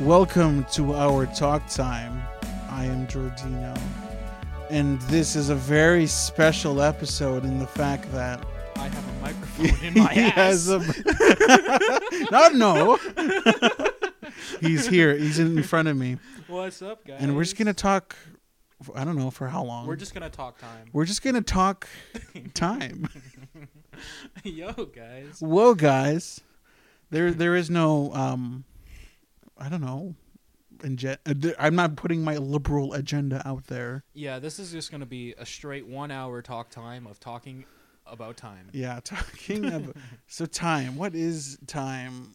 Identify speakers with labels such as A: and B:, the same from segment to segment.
A: Welcome to our talk time. I am Giordino, and this is a very special episode in the fact that
B: I have a microphone in my
A: he
B: ass.
A: has a. Not no. He's here. He's in front of me,
B: What's up, guys?
A: and we're just gonna talk. I don't know for how long.
B: We're just gonna talk time.
A: we're just gonna talk time.
B: Yo, guys.
A: Whoa, guys. There there is no um, I don't know. Inge- uh, th- I'm not putting my liberal agenda out there.
B: Yeah, this is just gonna be a straight one-hour talk time of talking about time.
A: Yeah, talking of so time. What is time?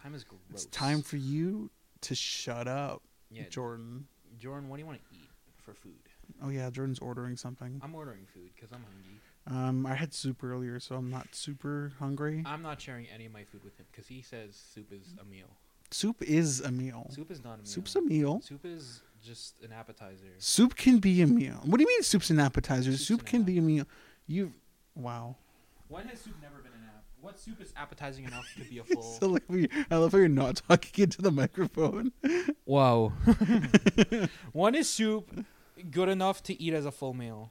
B: Time is gross.
A: It's time for you to shut up,
B: Yeah,
A: Jordan.
B: Jordan, what do you want to eat for food?
A: Oh yeah, Jordan's ordering something.
B: I'm ordering food because I'm hungry.
A: Um, I had soup earlier, so I'm not super hungry.
B: I'm not sharing any of my food with him because he says soup is a meal.
A: Soup is a meal.
B: Soup is not a meal.
A: Soup's a meal.
B: Soup is just an appetizer.
A: Soup can be a meal. What do you mean soup's an appetizer?
B: Soup's
A: soup
B: an
A: can be a meal. You, wow.
B: When has soup never been an app? What soup is appetizing enough to be a
A: It's
B: full?
A: So like we, I love how you're not talking into the microphone.
B: Wow. when is soup good enough to eat as a full meal?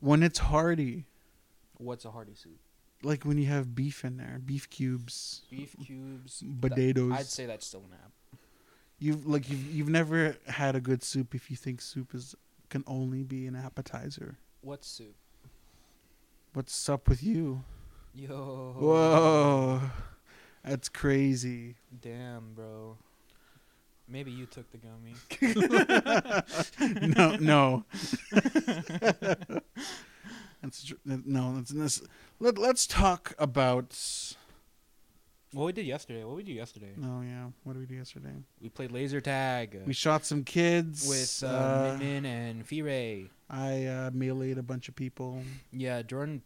A: When it's hearty,
B: What's a hearty soup?
A: like when you have beef in there, beef cubes,
B: Beef cubes,
A: potatoes.
B: I'd say that's still an app.
A: You've like you've you've never had a good soup if you think soup is can only be an appetizer.
B: What soup?
A: What's up with you?
B: Yo.
A: Whoa, that's crazy.
B: Damn, bro. Maybe you took the gummy.
A: No, no. that's tr- no. That's, that's let let's talk about.
B: what we did yesterday? What we did yesterday?
A: No, oh, yeah. What did we do yesterday?
B: We played laser tag
A: We shot some kids
B: with uh,
A: uh,
B: Min Min and Firei.
A: I uh, meleeed a bunch of people.
B: Yeah, Jordan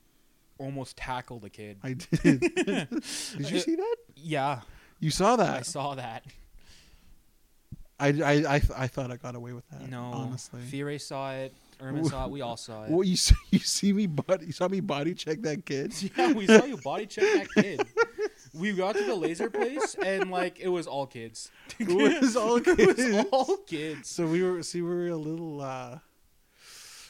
B: almost tackled a kid.
A: I did. did you see that?
B: yeah,
A: You saw
B: I
A: that?
B: saw that.
A: I I I, I thought I got away with that.
B: no,
A: uh, honestly.
B: Firei saw it. Ermin saw it. We all saw it.
A: Well, you see, you see me body, you saw me body check that kid.
B: Yeah, we saw you body check that kid. We got to the laser place and like it was all kids.
A: It was all
B: It was
A: kids.
B: all kids.
A: So we were, see, we were a little. uh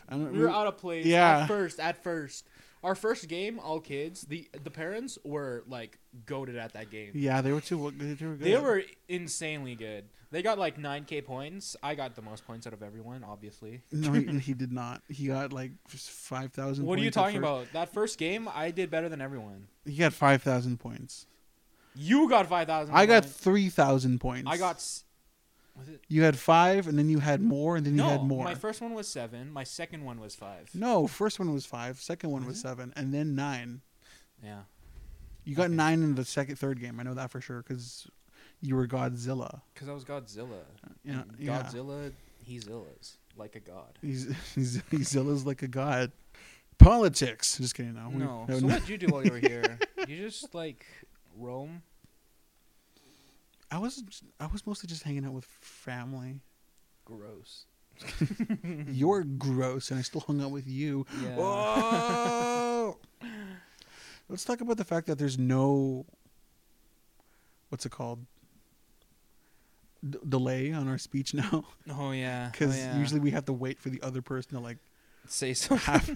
A: I don't.
B: We were out of place.
A: Yeah.
B: At first, at first, our first game, all kids. The the parents were like goaded at that game.
A: Yeah, they were too. They were good.
B: They were insanely good. They got like nine k points. I got the most points out of everyone, obviously.
A: No, he, he did not. He got like five thousand.
B: What are you talking about? That first game, I did better than everyone.
A: He got five thousand points.
B: You got five thousand.
A: I got three thousand points.
B: I got. s- Was it
A: You had five, and then you had more, and then
B: no,
A: you had more.
B: My first one was seven. My second one was five.
A: no, first one was five, second one was
B: Was it?
A: seven, and then nine.
B: Yeah.
A: You got
B: Okay.
A: nine in the second, third game. I know that for sure because you were Godzilla.
B: Because I was Godzilla.
A: Yeah,
B: And
A: yeah.
B: Godzilla, he zillas like a god.
A: He's, he's he's Zilla's like a god. Politics. Just kidding. No. we-
B: no.
A: no,
B: So
A: no.
B: what'd you do while you were here? you just like roam.
A: I was I was mostly just hanging out with family.
B: Gross.
A: You're gross, and I still hung out with you.
B: Yeah.
A: Oh. Let's talk about the fact that there's no. What's it called? D- delay on our speech now
B: Oh yeah.
A: because
B: oh, yeah.
A: usually we have to wait for the other person to like
B: say something.
A: half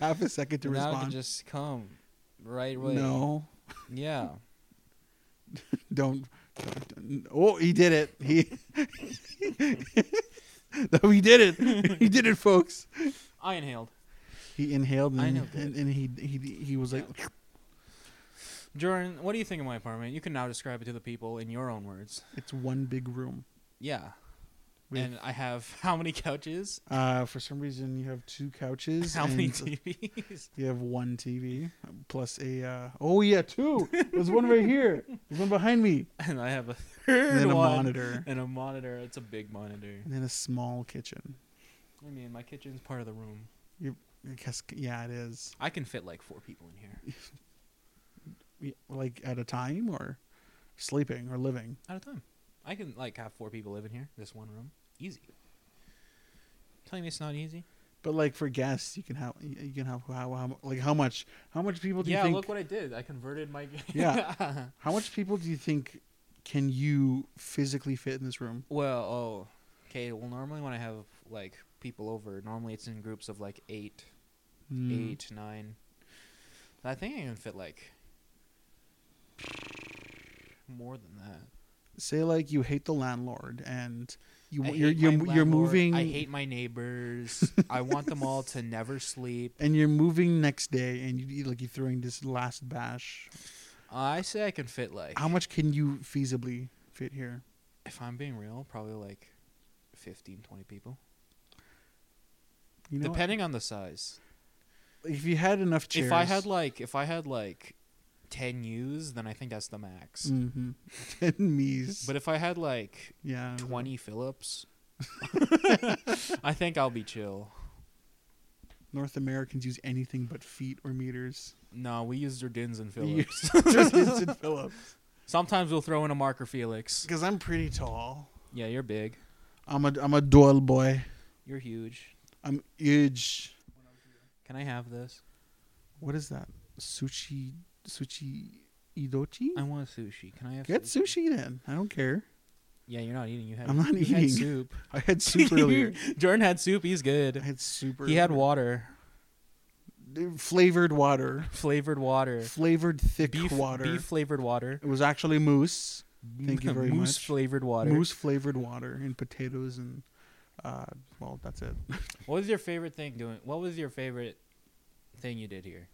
A: half a second to
B: now I can
A: respond.
B: just come right away.
A: No.
B: Yeah.
A: don't, don't, don't- oh he did it he no, he did it he did it folks
B: I inhaled.
A: he inhaled
B: I
A: and,
B: know
A: and, and he, he he was like
B: Jordan, what do you think of my apartment? You can now describe it to the people in your own words.
A: it's one big room
B: Yeah.
A: with,
B: and I have how many couches?
A: uh for some reason you have two couches
B: How many
A: and
B: TVs?
A: you have one tv plus a uh oh yeah two there's one right here there's one behind me
B: and I have a third
A: and then a
B: one.
A: monitor
B: And a monitor. It's a big monitor.
A: and then a small kitchen
B: I mean, my kitchen's part of the room.
A: I guess yeah it is
B: I can fit like four people in
A: We-
B: here
A: like at a time or sleeping or living
B: at a time. I can like have four people live in here, this one room, easy. Telling me it's not easy?
A: But like for guests, you can have you can have how, how like how much how much people do
B: yeah,
A: you think
B: look what I did. I converted my.
A: Yeah. how much people do you think can you physically fit in this room?
B: Well, oh, okay. Well, normally when I have like people over, normally it's in groups of like eight,
A: Mm.
B: eight, nine. I think I can fit like more than that.
A: Say like you hate the landlord and you
B: I
A: you're
B: hate
A: you're,
B: my
A: you're
B: landlord.
A: moving
B: I hate my neighbors. I want them all to never sleep.
A: and you're moving next day and you you- like you're throwing this last bash.
B: I say I can fit like
A: How much can you feasibly fit here?
B: if I'm being real, probably like 15, 20 people,
A: You know,
B: depending on the size.
A: if you had enough chairs.
B: If I had like if I had like 10 U's, then I think that's the max.
A: mm-hmm. ten me's,
B: But if I had like
A: yeah,
B: 20 Phillips, I think I'll be chill.
A: North Americans use anything but feet or meters.
B: No, we use Jordans and
A: We use-
B: Phillips.
A: Just instant Phillips.
B: Sometimes we'll throw in a marker Felix.
A: Because I'm pretty tall.
B: Yeah, you're big.
A: I'm a I'm a dual boy.
B: You're huge.
A: I'm huge.
B: Can I have this?
A: What is that? Sushi sushi idochi?
B: I want sushi. Can I have
A: Get sushi then. I don't care.
B: Yeah, you're not eating. You had
A: I'm not
B: you had
A: eating.
B: soup.
A: I had soup earlier.
B: Jordan had soup. He's
A: I
B: good.
A: had super.
B: He had water,
A: flavored water,
B: flavored water,
A: flavored thick
B: beef
A: water.
B: beef flavored water.
A: It was actually moose, Thank you very
B: Moose
A: much.
B: flavored water.
A: moose flavored water, and potatoes and. Uh, well, that's it.
B: What was your favorite thing doing? What was your favorite thing you did here?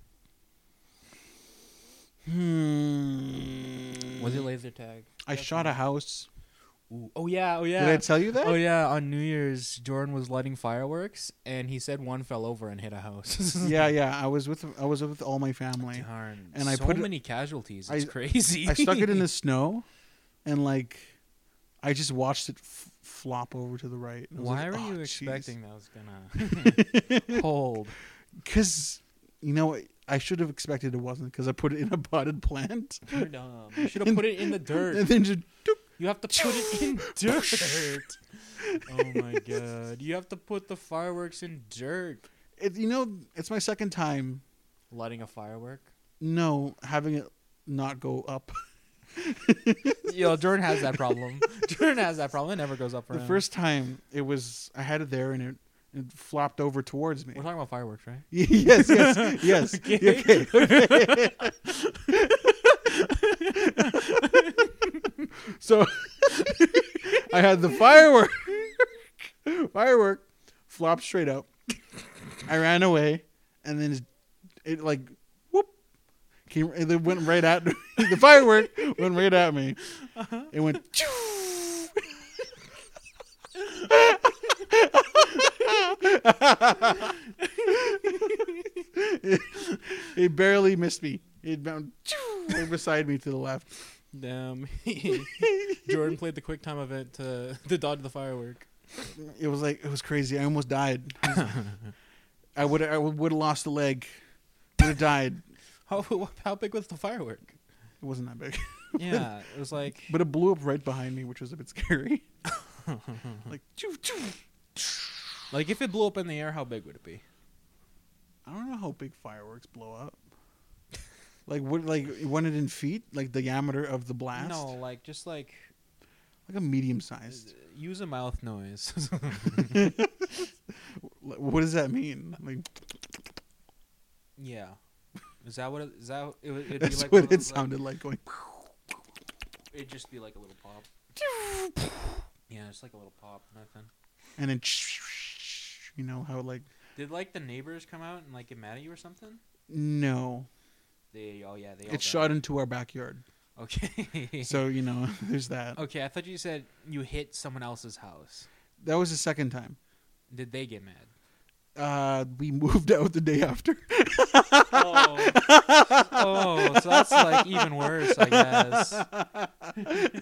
A: Hmm.
B: Was it laser tag?
A: I shot a house.
B: Ooh. Oh yeah, oh yeah.
A: Did I tell you that?
B: Oh yeah, on New Year's, Jordan was lighting fireworks, and he said one fell over and hit a house.
A: yeah, yeah. I was with I was with all my family.
B: Darn.
A: And I
B: so
A: put it-
B: many casualties.
A: I-
B: It's crazy.
A: I stuck it in the snow, and like, I just watched it f- flop over to the right. and I was
B: Why
A: like,
B: were
A: "Oh,
B: you
A: jeez."
B: expecting that was gonna hold?
A: Because you know what? I should have expected it wasn't because I put it in a potted plant
B: You're dumb. You should have put it in the
A: and
B: dirt.
A: then just doop.
B: You have to put it in dirt. Oh my god. You have to put the fireworks in dirt.
A: It, you know it's my second time
B: Lighting a firework.
A: no having it not go up.
B: Yo, Jordan has that problem. Jordan has that problem. It never goes up for
A: The
B: him.
A: first time it was I had it there and it, it flopped over towards me.
B: We're talking about fireworks, right?
A: yes, yes, yes.
B: Okay.
A: okay. okay. so I had the firework. firework flopped straight up. I ran away, and then it, it like whoop came. It went right at the firework. Went right at me. It went. "Choo." it, it barely missed me. It bounced choo, right beside me to the left.
B: Damn. Jordan played the quick time event to, to dodge the firework.
A: It was like it was crazy. I almost died. I would I would have lost a leg. Would have died.
B: How how big was the firework?
A: It wasn't that big,
B: Yeah, it was like
A: but it blew up right behind me, which was a bit scary. like choo, choo.
B: like if it blew up in the air, how big would it be?
A: I don't know how big fireworks blow up. Like what? Like when it in feet? Like the diameter of the blast?
B: No, like just like
A: Like a medium sized.
B: use a mouth noise.
A: What does that mean? Like
B: yeah. Is that what it, is that it would it'd be
A: that's
B: like one
A: what
B: of
A: it
B: those, like-
A: sounded like. Going.
B: It'd just be like a little pop. yeah, just like a little pop, nothing.
A: and then you know how like
B: Did like the neighbors come out and like get mad at you or something?
A: no
B: They oh yeah, they all
A: it shot into our backyard
B: died. Okay.
A: so you know there's that
B: okay, I thought you said you hit someone else's house.
A: that was the second time
B: Did they get mad?
A: uh we moved out the day after
B: oh. oh, so that's like even worse, I guess.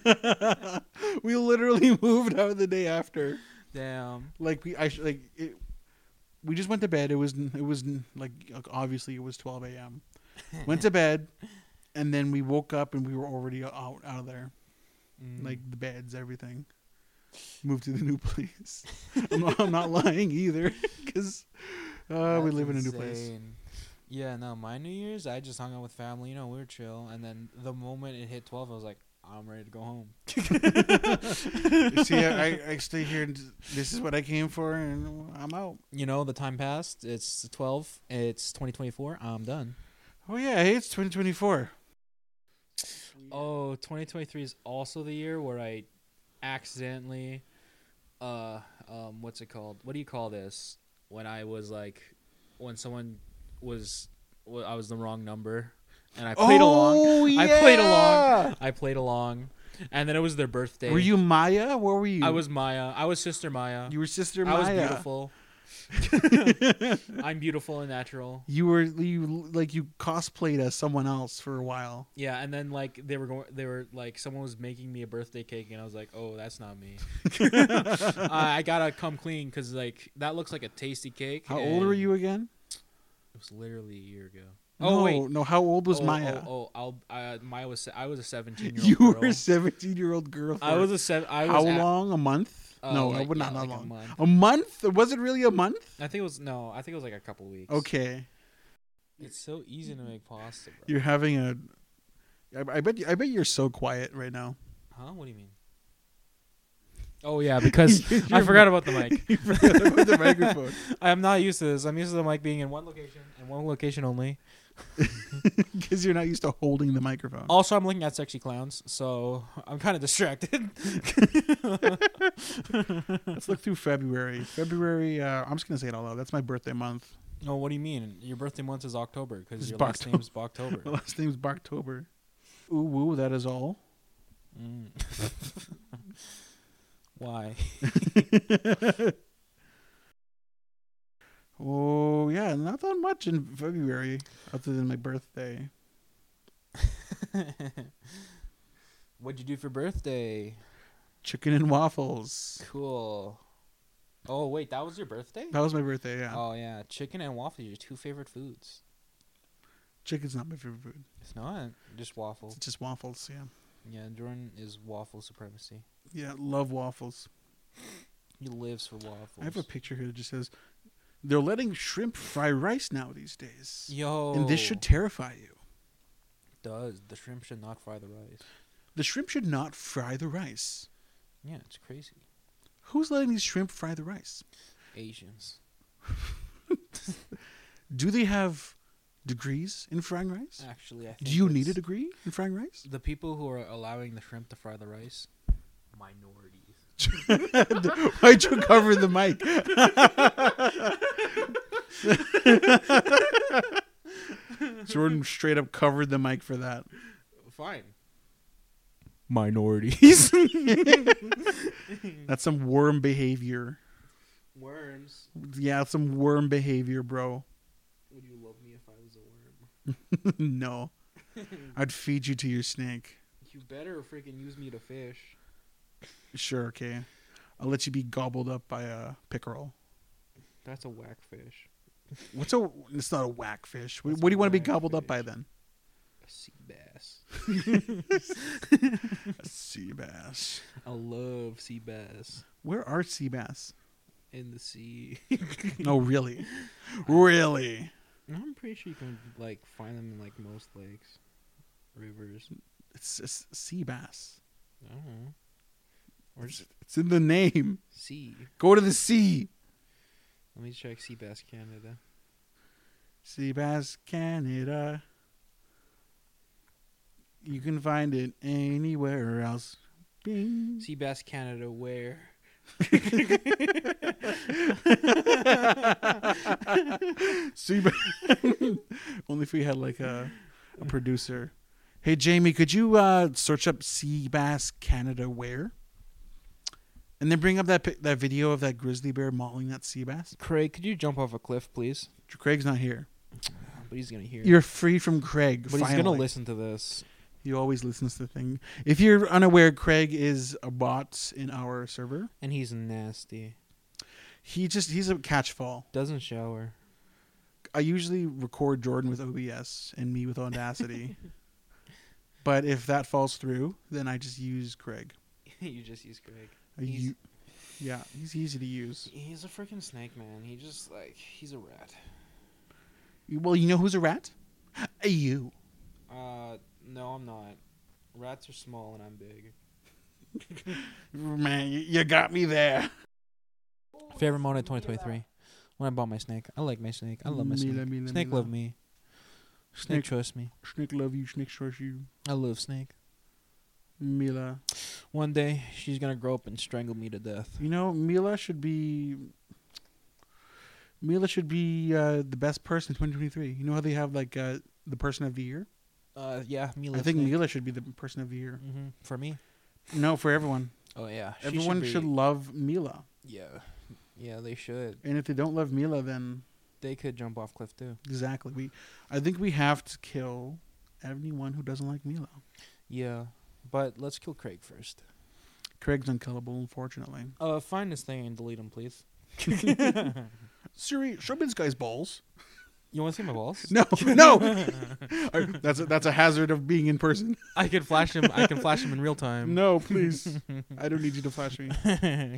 A: we literally moved out the day after
B: Damn.
A: like we i sh- like it we just went to bed it was it was like obviously it was 12 a.m went to bed and then we woke up and we were already out out of there
B: Mm.
A: like the beds, everything. Move to the new place. I'm, not, I'm not lying either, because uh, we
B: That's
A: live in a new place.
B: insane. Yeah, no, my New Year's, I just hung out with family. You know, we were chill. And then the moment it hit 12, I was like,
A: I'm ready to go home. See, I, I stay here. and This is what I came for, and I'm out.
B: you know, the time passed. It's 12. It's 2024. I'm done.
A: Oh yeah, hey, it's 2024.
B: Oh, 2023 is also the year where I accidentally, uh, um, what's it called? What do you call this? When I was like, when someone was, well, I was the wrong number, and I played
A: Oh,
B: along. I played
A: yeah.
B: along. I played along, and then it was their birthday.
A: Were you Maya? Where were you?
B: I was Maya. I was Sister Maya.
A: You were sister
B: I was
A: Maya.
B: beautiful. I'm beautiful and natural.
A: you were you like you cosplayed as someone else for a while.
B: Yeah, and then like they were going, they were like someone was making me a birthday cake, and I was like, "Oh, that's not me. I I gotta come clean because like that looks like a tasty cake."
A: How old were
B: and
A: you again?
B: It was literally a year ago. Oh
A: no,
B: wait,
A: no. How old was
B: oh,
A: Maya?
B: Oh, oh I'll, I, Maya was se- I was a seventeen year
A: you
B: old.
A: were a 17 year old girl. For
B: I was a seven. I was
A: how
B: at-
A: long? A month?
B: uh,
A: no,
B: like-
A: I would
B: yeah,
A: not not
B: like a
A: long.
B: month.
A: A month? Was it really a month?
B: I think it was no. I think it was like a couple weeks.
A: Okay.
B: It's so easy to make pasta, bro.
A: You're having a. I, I bet. I bet you're so quiet right now.
B: huh? What do you mean? Oh yeah, because
A: You're-
B: I forgot about the mic.
A: you forgot about the microphone.
B: I'm not used to this. I'm used to the mic being in one location and one location only.
A: Because you're not used to holding the microphone.
B: Also, I'm looking at sexy clowns, so I'm kind of distracted.
A: Let's look through February. February. Uh, I'm just gonna say it all out. loud. That's my birthday month.
B: no, what do you mean? Your birthday month is October because
A: It's
B: your last
A: Boktober.
B: name's
A: My
B: Boktober.
A: last name's Barktober. Ooh woo. That is all.
B: Mm. Why?
A: Oh yeah, not that much in February other than my birthday.
B: What'd you do for birthday?
A: Chicken and waffles.
B: Cool. Oh wait, that was your birthday?
A: That was my birthday. Yeah.
B: Oh yeah, chicken and waffles. Your two favorite foods.
A: Chicken's not my favorite food.
B: It's not just waffle.
A: It's just waffles. Yeah.
B: Yeah, Jordan is waffle supremacy.
A: Yeah. Love waffles.
B: He lives for waffles.
A: I have a picture here that just says they're letting shrimp fry rice now these days.
B: Yo.
A: And this should terrify you.
B: does the shrimp should not fry the rice?
A: The shrimp should not fry the rice.
B: Yeah, it's crazy.
A: Who's letting these shrimp fry the rice?
B: Asians.
A: Do they have degrees in frying rice?
B: Actually, I think
A: Do you need a
B: it's-
A: degree in frying rice?
B: The people who are allowing the shrimp to fry the rice, minorities.
A: Why'd you cover the mic? Jordan straight up covered the mic for that.
B: Fine. Minority
A: That's some worm behavior.
B: worms.
A: Yeah, some worm behavior, bro.
B: Would you love me if I was a worm?
A: no. I'd feed you to your snake.
B: You better freaking use me to fish.
A: Sure, okay. I'll let you be gobbled up by a pickerel.
B: That's a whack fish.
A: What's a? It's not a whack fish. What,
B: That's
A: what do you want to be
B: whack
A: gobbled up by
B: fish.
A: then?
B: A sea bass.
A: A sea bass.
B: I love sea bass
A: Where are sea bass?
B: in the sea.
A: Oh, really? really?
B: I'm pretty sure you can like find them in like most lakes, rivers.
A: It's, it's sea bass.
B: I don't know. Or just
A: It's in the name.
B: sea.
A: Go to the sea.
B: Let me check Sea Bass Canada.
A: Sea bass, Canada. uh, You can find it anywhere else. Bing.
B: Sea Bass Canada, where?
A: See, but only if we had like a, a producer. Hey Jamie, could you uh, search up sea bass Canada where? And then bring up that pic- that video of that grizzly bear mauling that sea bass.
B: Craig, could you jump off a cliff, please?
A: Craig's not here.
B: But he's gonna hear.
A: You're free from Craig.
B: but
A: finally.
B: he's gonna listen to this.
A: He always listens to the thing. If you're unaware, Craig is a bot in our server.
B: And he's nasty.
A: He just he's a catchfall.
B: Doesn't shower.
A: I usually record Jordan with OBS and me with Audacity. but if that falls through, then I just use Craig.
B: you just use Craig.
A: I
B: He's-
A: u- yeah, he's easy to use.
B: He's a freaking snake man. He just like he's a rat.
A: Well, you know who's a rat? You.
B: Uh, no, I'm not. Rats are small and I'm big.
A: Man, you, you got me there.
B: Favorite moment of 2023? When I bought my snake. I like my snake. I love my
A: Mila,
B: snake.
A: Mila,
B: snake
A: Mila.
B: love me. Snake
A: Snake-
B: trust me.
A: Snake love you, snake trust you.
B: I love snake.
A: Mila.
B: One day she's gonna grow up and strangle me to death.
A: You know, Mila should be. Mila should be uh, the best person in 2023. You know how they have like uh, the person of the year?
B: Uh, yeah, Mila.
A: I think
B: snake.
A: Mila should be the person of the year.
B: Mhm, For me.
A: No, for everyone.
B: Oh yeah. She
A: everyone
B: be-
A: should love Mila.
B: Yeah. Yeah, they should.
A: And if they don't love Mila, then
B: They could jump off cliff too.
A: exactly. We, I think we have to kill anyone who doesn't like Mila.
B: Yeah, but let's kill Craig first.
A: Craig's unkillable, unfortunately.
B: Uh, find this thing and delete him, please.
A: Siri, show me this guy's balls.
B: You want to see my balls?
A: No, no. I- that's a, that's a hazard of being in person.
B: I can flash him. I can flash him in real time.
A: No, please. I don't need you to flash me.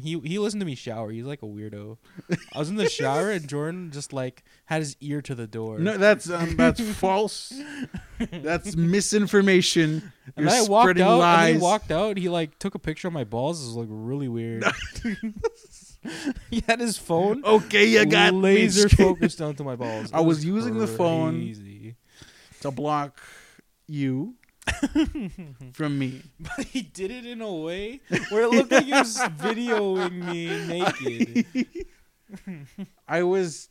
B: he he listened to me shower. He's like a weirdo. I was in the shower and Jordan just like had his ear to the door.
A: No, that's um, that's false. That's misinformation.
B: and
A: You're
B: then I walked
A: spreading
B: out.
A: lies.
B: And he walked out. He like took a picture of my balls. It was like really weird. he had his phone
A: okay, you Oh, got me.
B: laser focused onto my balls. It
A: I was using the phone.
B: crazy.
A: to block you from me.
B: But he did it in a way where it looked like he was videoing me naked.
A: I was.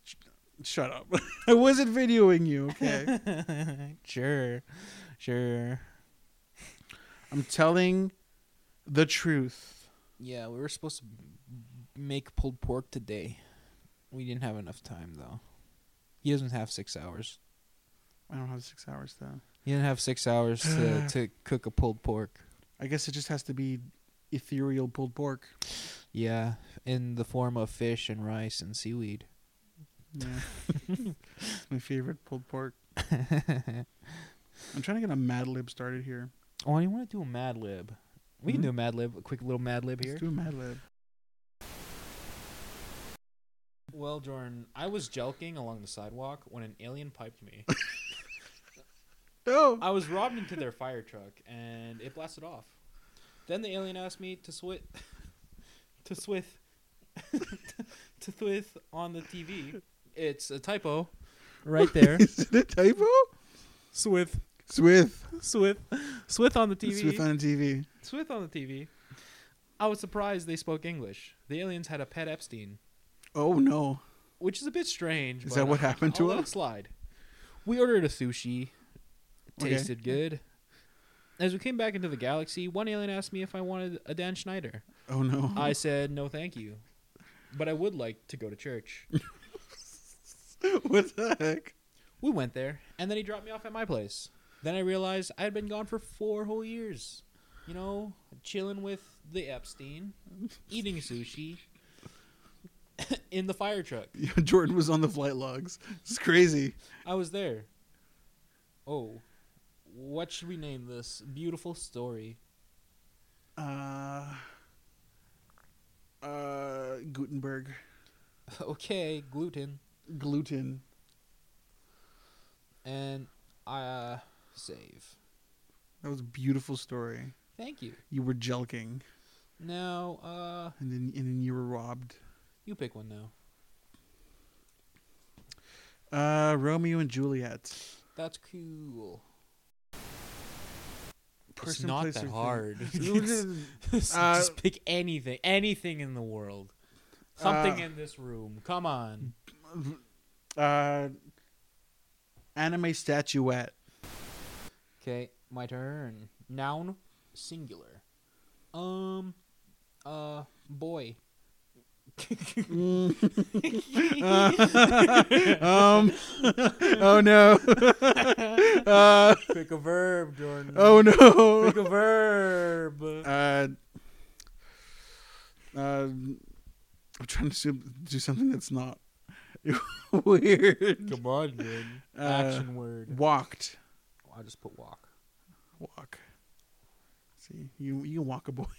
A: Shut up. I wasn't videoing you. Okay.
B: sure, sure.
A: I'm telling the truth.
B: Yeah, we were supposed to make pulled pork today. We didn't have enough time though. He doesn't have six hours.
A: I don't have six hours though.
B: He didn't have six hours to to cook a pulled pork.
A: I guess it just has to be ethereal pulled pork.
B: Yeah, in the form of fish and rice and seaweed.
A: Yeah. My favorite pulled pork. I'm trying to get a Mad Lib started here.
B: Oh, I want to do a Mad Lib. We can
A: Mhm.
B: do a Mad Lib, a quick little Mad Lib here.
A: Let's do a Mad Lib.
B: Well, Jordan, I was jelking along the sidewalk when an alien piped me.
A: No.
B: I was robbed into their fire truck, and it blasted off. Then the alien asked me to swit, to swith, to swith on the TV. It's a typo, right there.
A: Is it a typo?
B: swith,
A: Swift.
B: swith, swith on the TV.
A: Swift on TV.
B: swith on the TV. I was surprised they spoke English. The aliens had a pet Epstein.
A: Oh no.
B: which is a bit strange.
A: Is
B: but
A: that what
B: I-
A: happened
B: I'll
A: to
B: let
A: her?
B: it slide. We ordered a sushi.
A: Okay.
B: Tasted good. As we came back into the galaxy, one alien asked me if I wanted a Dan Schneider.
A: Oh no.
B: I said no, thank you, but I would like to go to church.
A: what the heck?
B: we went there, and then he dropped me off at my place. Then I realized I had been gone for four whole years. You know, chilling with the Epstein, eating sushi in the fire truck.
A: Jordan was on the flight logs. It's crazy.
B: I was there. Oh, what should we name this beautiful story?
A: Uh, uh, Gutenberg.
B: Okay, gluten.
A: Gluten.
B: And uh, save.
A: That was a beautiful story.
B: Thank you.
A: You were jelking,
B: Now, uh,
A: and then and then you were robbed.
B: you pick one now.
A: Uh, Romeo and Juliet.
B: That's cool.
A: Person,
B: it's not
A: place, or
B: that
A: thing.
B: hard.
A: Just-
B: just, just
A: uh,
B: pick anything, anything in the world. Something
A: Uh,
B: in this room. Come on.
A: Uh, anime statuette.
B: Okay, my turn. Noun, singular. Um, uh, boy.
A: Mm. um. oh no. uh,
B: Pick a verb, Jordan.
A: oh no.
B: Pick a verb.
A: Uh, uh, I'm trying to su- do something that's not weird.
B: Come on, Jordan.
A: Uh,
B: Action word.
A: Walked.
B: I just put walk.
A: Walk. See, you you can walk a boy.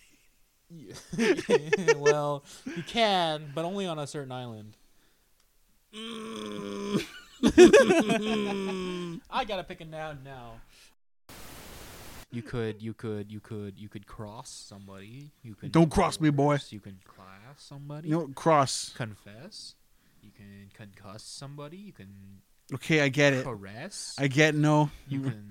B: Yeah. well, you can, but only on a certain island. I gotta pick a noun now. You could, you could, you could, you could cross somebody. You could
A: Don't cross me, boy.
B: You can class somebody.
A: You know, cross.
B: Confess. You can concuss somebody. You can
A: Okay, I get it.
B: caress.
A: I get no.
B: you can.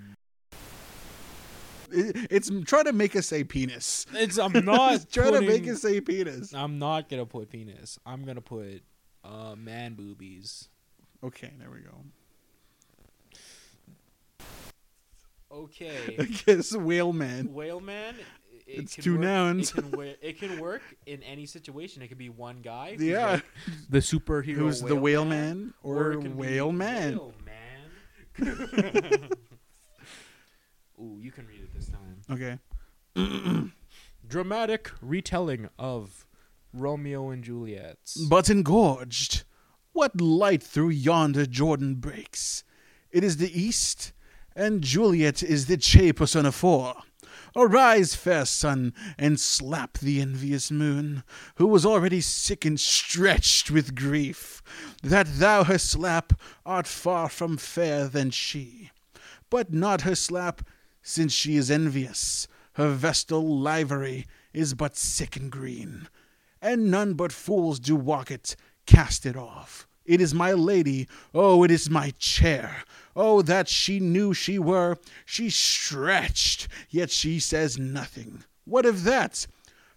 A: It- it's trying to make us say penis.
B: It's. I'm not
A: trying to
B: putting-
A: make us say penis.
B: I'm not gonna put penis. I'm gonna put uh, man boobies.
A: Okay, there we go.
B: Okay.
A: Okay, this is whale man.
B: Whale man. i- It
A: It's
B: can
A: two
B: work-
A: nouns.
B: It can, wa- it can work in any situation. It could be one guy. who's
A: Yeah,
B: like the superhero.
A: who's the whale man
B: or
A: or
B: it can be
A: whale man?
B: whale man. Ooh, you can read it this time.
A: Okay,
B: Dramatic retelling of Romeo and Juliet's.
A: but engorged. What light through yonder Jordan breaks? It is the east, and Juliet is the che persona four. Arise, fair sun, and slap the envious moon, who was already sick and stretched with grief, that thou her slap art far from fair than she. But not her slap, since she is envious. Her vestal livery is but sick and green, and none but fools do walk it. Cast it off. It is my lady. Oh, it is my chair. Oh, that she knew she were. She stretched, yet she says nothing. What of that?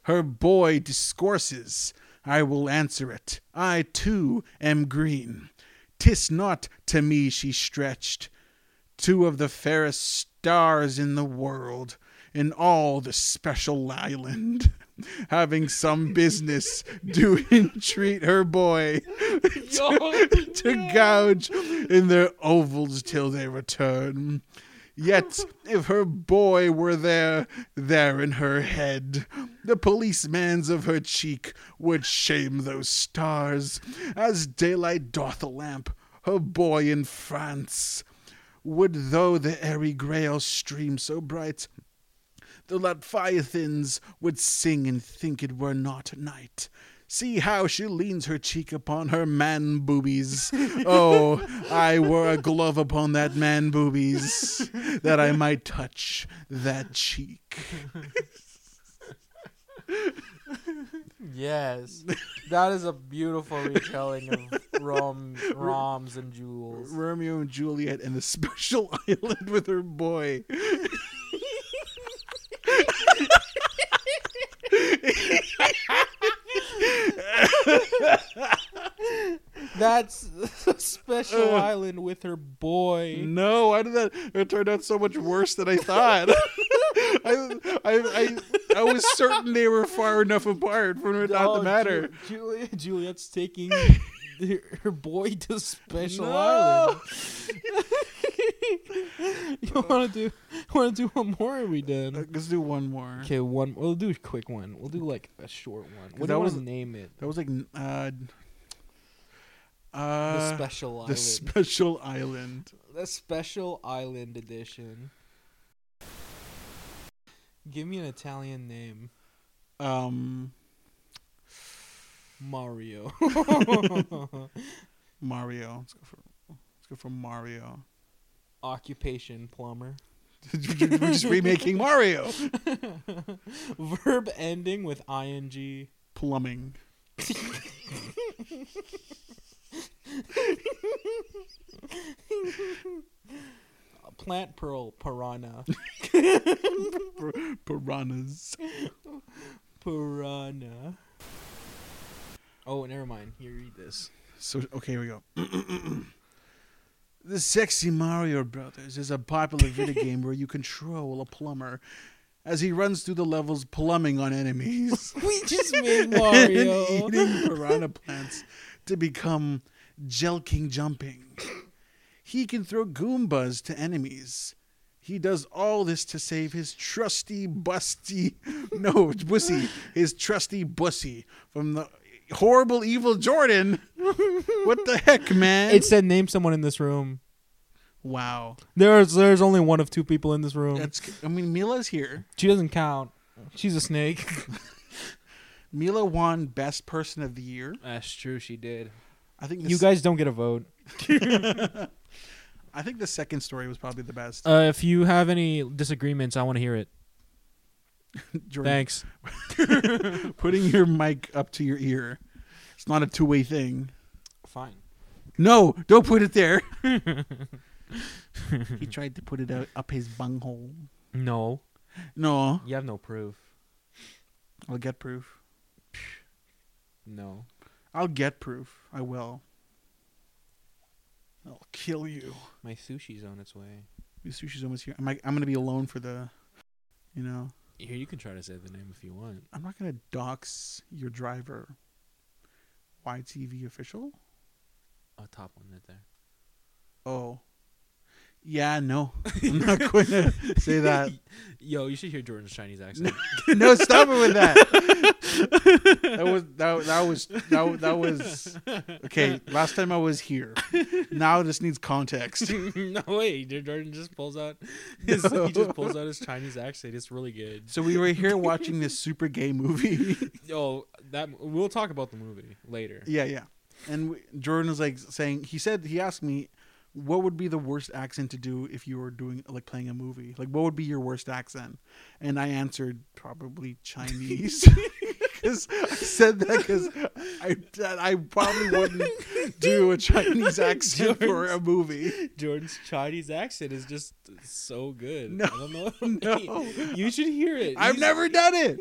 A: Her boy discourses. I will answer it. I too am green. Tis not to me she stretched two of the fairest stars in the world, in all the special island, having some business do entreat her boy
B: Yo,
A: to gouge in their ovals till they return. Yet, if her boy were there, there in her head, the policeman's of her cheek would shame those stars, as daylight doth a lamp, her boy in France. Would though the airy grail stream so bright, the Leviathans would sing and think it were not night. See how she leans her cheek upon her man boobies. Oh, I wore a glove upon that man boobies that I might touch that cheek.
B: Yes, that is a beautiful retelling of Rom, Roms and Jules.
A: Romeo and Juliet and the special island with her boy.
B: That's a special
A: Ugh.
B: island with her boy.
A: No, why did that? It turned out so much worse than I thought. I, I, I, I was certain they were far enough apart for it not
B: Oh,
A: to matter.
B: Ju- Julia, Juliet's taking her her boy to special
A: No.
B: island. you want to do want to do one more? Or we done.
A: Let's do one more.
B: Okay, one. We'll do a quick one. We'll do like a short one. What
A: that
B: do you want
A: was-
B: to name it?
A: That was like uh,
B: The
A: uh,
B: special
A: the
B: island.
A: special island.
B: The special island edition. Give me an Italian name.
A: Um,
B: Mario.
A: Mario. Let's go for let's go for Mario.
B: Occupation plumber.
A: We're just remaking Mario.
B: Verb ending with ing.
A: Plumbing.
B: Plant pearl piranha.
A: Pir- Piranhas.
B: Piranha. Oh, never mind. Here, read this.
A: So okay, here we go. the sexy Mario Brothers is a popular video game where you control a plumber as he runs through the levels plumbing on enemies.
B: We just made
A: and
B: Mario.
A: eating piranha plants to become jelking jumping. He can throw Goombas to enemies. He does all this to save his trusty busty, no, bussy, his trusty bussy from the horrible evil Jordan. What the heck, man?
B: It said name someone in this room.
A: wow.
B: There's there's only one of two people in this room.
A: That's. I mean, Mila's here.
B: She doesn't count. She's a snake.
A: Mila won best person of the year.
B: That's true. She did.
A: I think this,
B: You guys don't get a vote.
A: I think the second story was probably the best.
B: Uh, if you have any disagreements, I want to hear it.
A: Jordan,
B: Thanks.
A: putting your mic up to your ear. It's not a two way thing.
B: Fine.
A: No, don't put it there. he tried to put it out, up his bunghole.
B: No,
A: No,
B: you have no proof.
A: I'll get proof.
B: No.
A: I'll get proof. I will. I'll kill you.
B: My sushi's on its way.
A: Your sushi's almost here. I'm, like, I'm gonna be alone for the, you know.
B: Here, you can try to say the name if you want.
A: I'm not gonna dox your driver. YTV official?
B: A top one right there.
A: Oh, yeah, no, I'm not gonna say that.
B: Yo, you should hear Jordan's Chinese accent.
A: No, stop it with that. That was that, that was that, that was okay. Last time I was here. Now this needs context.
B: no way, dude. Jordan just pulls out his
A: No.
B: he just pulls out his Chinese accent. It's really good.
A: So we were here watching this super gay movie.
B: Yo, that we'll talk about the movie later.
A: Yeah, yeah. And w Jordan was like saying he said he asked me what would be the worst accent to do if you were doing like playing a movie? Like what would be your worst accent? And I answered probably Chinese. 'Cause I said that cuz I that I probably wouldn't do a Chinese accent for a movie.
B: Jordan's Chinese accent is just so good.
A: No,
B: I don't know.
A: no.
B: you should hear it.
A: I've never done it.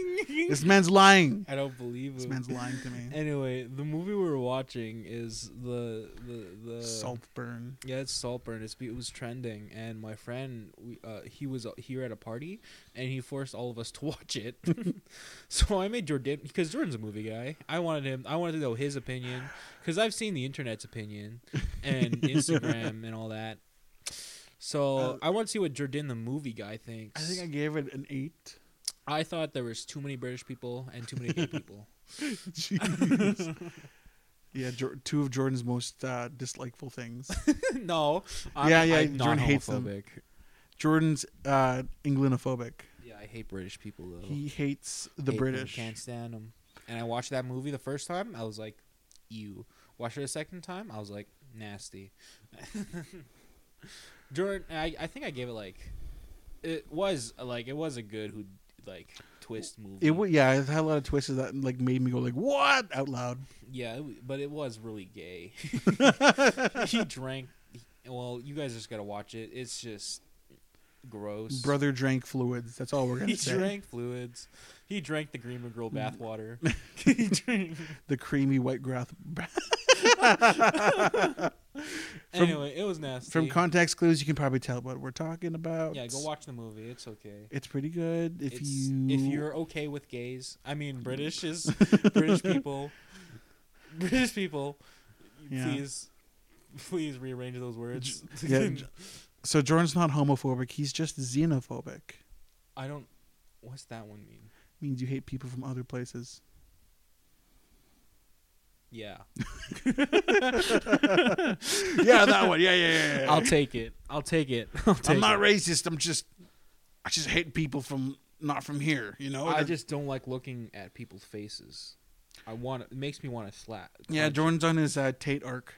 A: This man's lying.
B: I don't believe
A: This
B: him.
A: man's lying to me.
B: Anyway, the movie we were watching is the the
A: Uh,
B: the
A: Saltburn.
B: Yeah, it's Saltburn. It's, it was trending, and my friend, we, uh, he was here at a party, and he forced all of us to watch it. so I made Jordan because Jordan's a movie guy. I wanted him. I wanted to know his opinion because I've seen the internet's opinion and Instagram and all that. So
A: Uh,
B: I want to see what Jordan, the movie guy, thinks.
A: I think I gave it an 8.
B: I thought there was too many British people and too many gay people.
A: Jeez. yeah, Jor- two of Jordan's most uh, dislikeful things.
B: no, I'm,
A: Yeah, yeah,
B: I'm
A: Jordan hates them.
B: non-homophobic.
A: Jordan's uh, Englandophobic.
B: Yeah, I hate British people though.
A: He hates the
B: hate them,
A: British.
B: Can't stand them. And I watched that movie the first time. I was like, "Ew." Watched it a second time. I was like, "Nasty." Jordan, I, I think I gave it like, it was like it was a good who like twist movie.
A: It wa yeah, it had a lot of twists that like made me go like what out loud.
B: yeah, it w- but it was really gay. he drank. Well, you guys just gotta watch it. It's just gross.
A: Brother drank fluids. That's all we're gonna
B: he
A: say.
B: drank fluids. He drank the Greenman Girl
A: Mm.
B: bathwater. he drank.
A: The creamy white grass.
B: Anyway, it was nasty.
A: From context clues, you can probably tell what we're talking about.
B: Yeah, go watch the movie. It's okay.
A: It's pretty good. If
B: It's-
A: you
B: if you're okay with gays, I mean British is British people, British people,
A: Yeah.
B: please, please rearrange those words.
A: yeah, j- so Jordan's not homophobic. He's just xenophobic.
B: I don't. What's that one mean?
A: Means you hate people from other places.
B: Yeah,
A: yeah, that one. Yeah, yeah, yeah. yeah.
B: I'll take it. I'll take it. I'll take
A: I'm not
B: it.
A: racist. I'm just, I just hate people from not from here. You know.
B: I
A: They're-
B: just don't like looking at people's faces. I want. It makes me want to slap.
A: yeah.
B: punch-
A: Jordan's on his uh, Tate arc.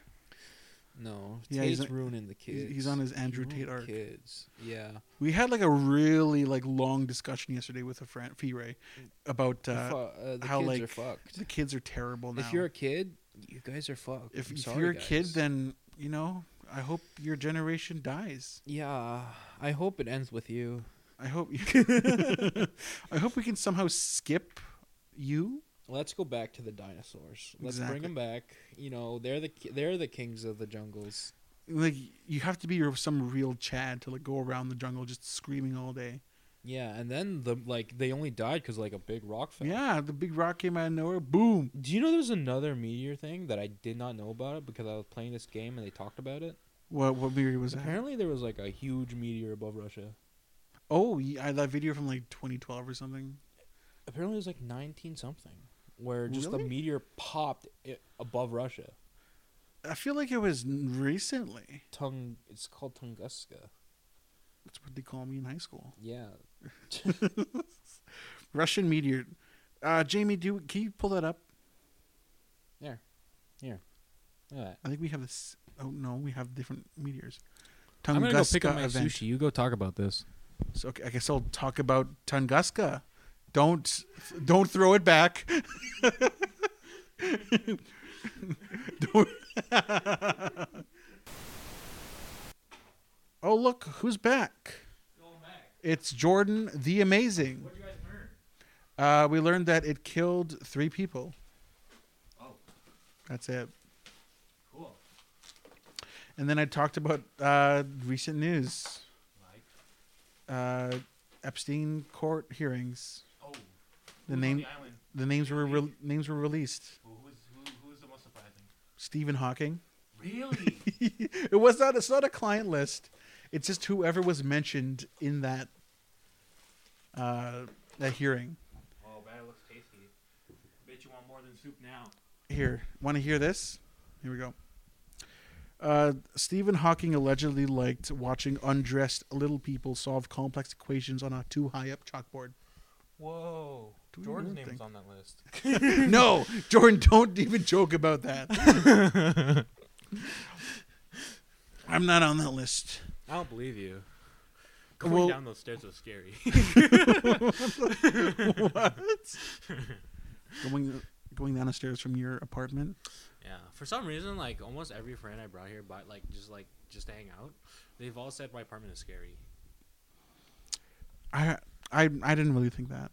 B: No,
A: Yeah, he's
B: Tate's
A: on-
B: ruining the kids.
A: he's- he's on his Andrew
B: ruined
A: Tate arc.
B: Kids. Yeah.
A: We had like a really like long discussion yesterday with a friend, Fee Ray, about
B: The
A: uh,
B: fu- uh, the
A: how,
B: kids are
A: like,
B: fucked.
A: the kids are terrible now.
B: If you're a kid, you guys are fucked.
A: if,
B: I'm
A: if
B: sorry,
A: you're a kid,
B: guys.
A: then you know. I hope your generation dies.
B: yeah, I hope it ends with you.
A: I hope. You I hope we can somehow skip you.
B: Let's go back to the dinosaurs. Let's
A: Exactly.
B: bring them back. You know, they're the ki- they're the kings of the jungles.
A: Like you have to be your- some real Chad to like go around the jungle just screaming all day.
B: Yeah, and then the like they only died because like a big rock fell.
A: Yeah, the big rock came out of nowhere. Boom.
B: Do you know there's another meteor thing that I did not know about it because I was playing this game and they talked about it.
A: What what meteor was that?
B: Apparently, there was like a huge meteor above Russia.
A: Oh, yeah, I- that video from like 2012 or something.
B: Apparently, it was like 19 something where just
A: Really?
B: a meteor popped i above Russia.
A: I feel like it was n- recently.
B: Tung, it's called Tunguska.
A: That's what they call me in high school.
B: Yeah,
A: Russian meteor. Uh, Jamie, do can you pull that up?
B: All right.
A: I think we have this. Oh no, we have different meteors.
B: I'm gonna go pick up
A: Tunguska
B: my
A: event.
B: sushi. You go talk about this.
A: So, okay, I guess I'll talk about Tunguska. Don't don't throw it back. Don't- oh look, who's back? It's Jordan the Amazing.
C: What did you guys learn?
A: Uh, we learned that it killed three people.
C: Oh.
A: That's it.
C: Cool.
A: And then I talked about uh, recent news,
C: Like,
A: uh, Epstein court hearings.
C: oh, who's
A: The
C: on
A: name,
C: the island?
A: the names were re- names were released.
C: Who, who's, who, who's the most surprising?
A: Stephen Hawking.
C: Really?
A: it was not. It's not a client list. It's just whoever was mentioned in that uh, that hearing.
C: oh, man, it looks tasty. Bet you want more than soup now.
A: Here, want to hear this? Here we go. Uh, Stephen Hawking allegedly liked watching undressed little people solve complex equations on a too high up chalkboard.
B: Whoa.
A: Do Jordan's your name's thing.
B: on that list.
A: no, Jordan, don't even joke about that. I'm not on that list.
B: I don't believe you.
C: Going
A: Well-
C: down those stairs was scary.
A: what? going going down the stairs from your apartment.
B: Yeah. For some reason, like almost every friend I brought here, but like just like just to hang out, they've all said my apartment is scary.
A: I I I didn't really think that.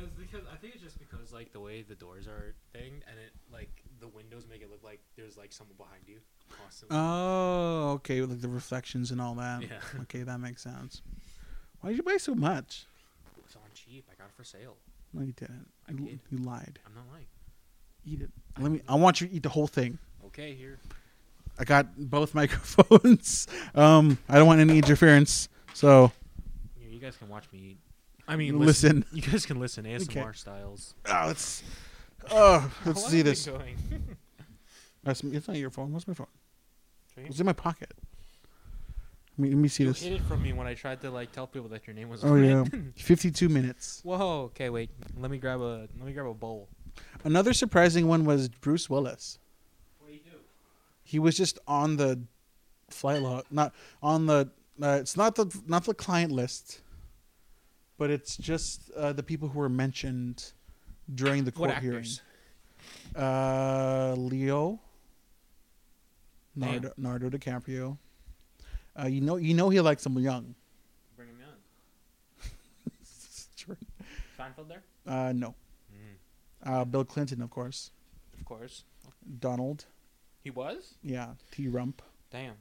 B: It's because I think it's just because like the way the doors are thing and it like the windows make it look like there's like someone behind you constantly.
A: Oh, okay, like the reflections and all that.
B: Yeah.
A: Okay, that makes sense. Why did you buy so much?
B: it's on cheap. I got it for sale.
A: No, you didn't.
B: I
A: you,
B: did.
A: you lied.
B: I'm not lying.
A: Eat it. Let me. I want you to eat the whole thing.
B: Okay, here.
A: I got both microphones. um, I don't want any interference. So
B: Here, you guys can watch me eat. I mean,
A: Listen.
B: You guys can listen ASMR styles.
A: ah, let's. Oh, let's
B: How
A: see
B: long have we
A: this.
B: been going?
A: That's, it's not your phone. What's my phone?
B: Right here.
A: It's in my pocket. Let me, let me see
B: you
A: this.
B: hid it from me when I tried to like tell people that your name was.
A: Oh
B: on it.
A: yeah, fifty-two minutes.
B: Whoa. Okay, wait. Let me grab a. Let me grab a bowl.
A: Another surprising one was Bruce Willis.
C: what do you do?
A: He was just on the flight log, not on the. Uh, it's not the not the client list, but it's just uh, the people who were mentioned during the court
B: What
A: hearing.
B: actors?
A: Uh, Leo.
B: Damn.
A: Nardo, Nardo DiCaprio. Uh, you know, you know he likes them young.
C: Bring him in.
A: Sure.
C: Seinfeld there?
A: Uh, no.
B: Mm,
A: Uh, Bill Clinton, of course.
B: of course.
A: Donald.
B: He was.
A: Yeah. T Rump.
B: Damn.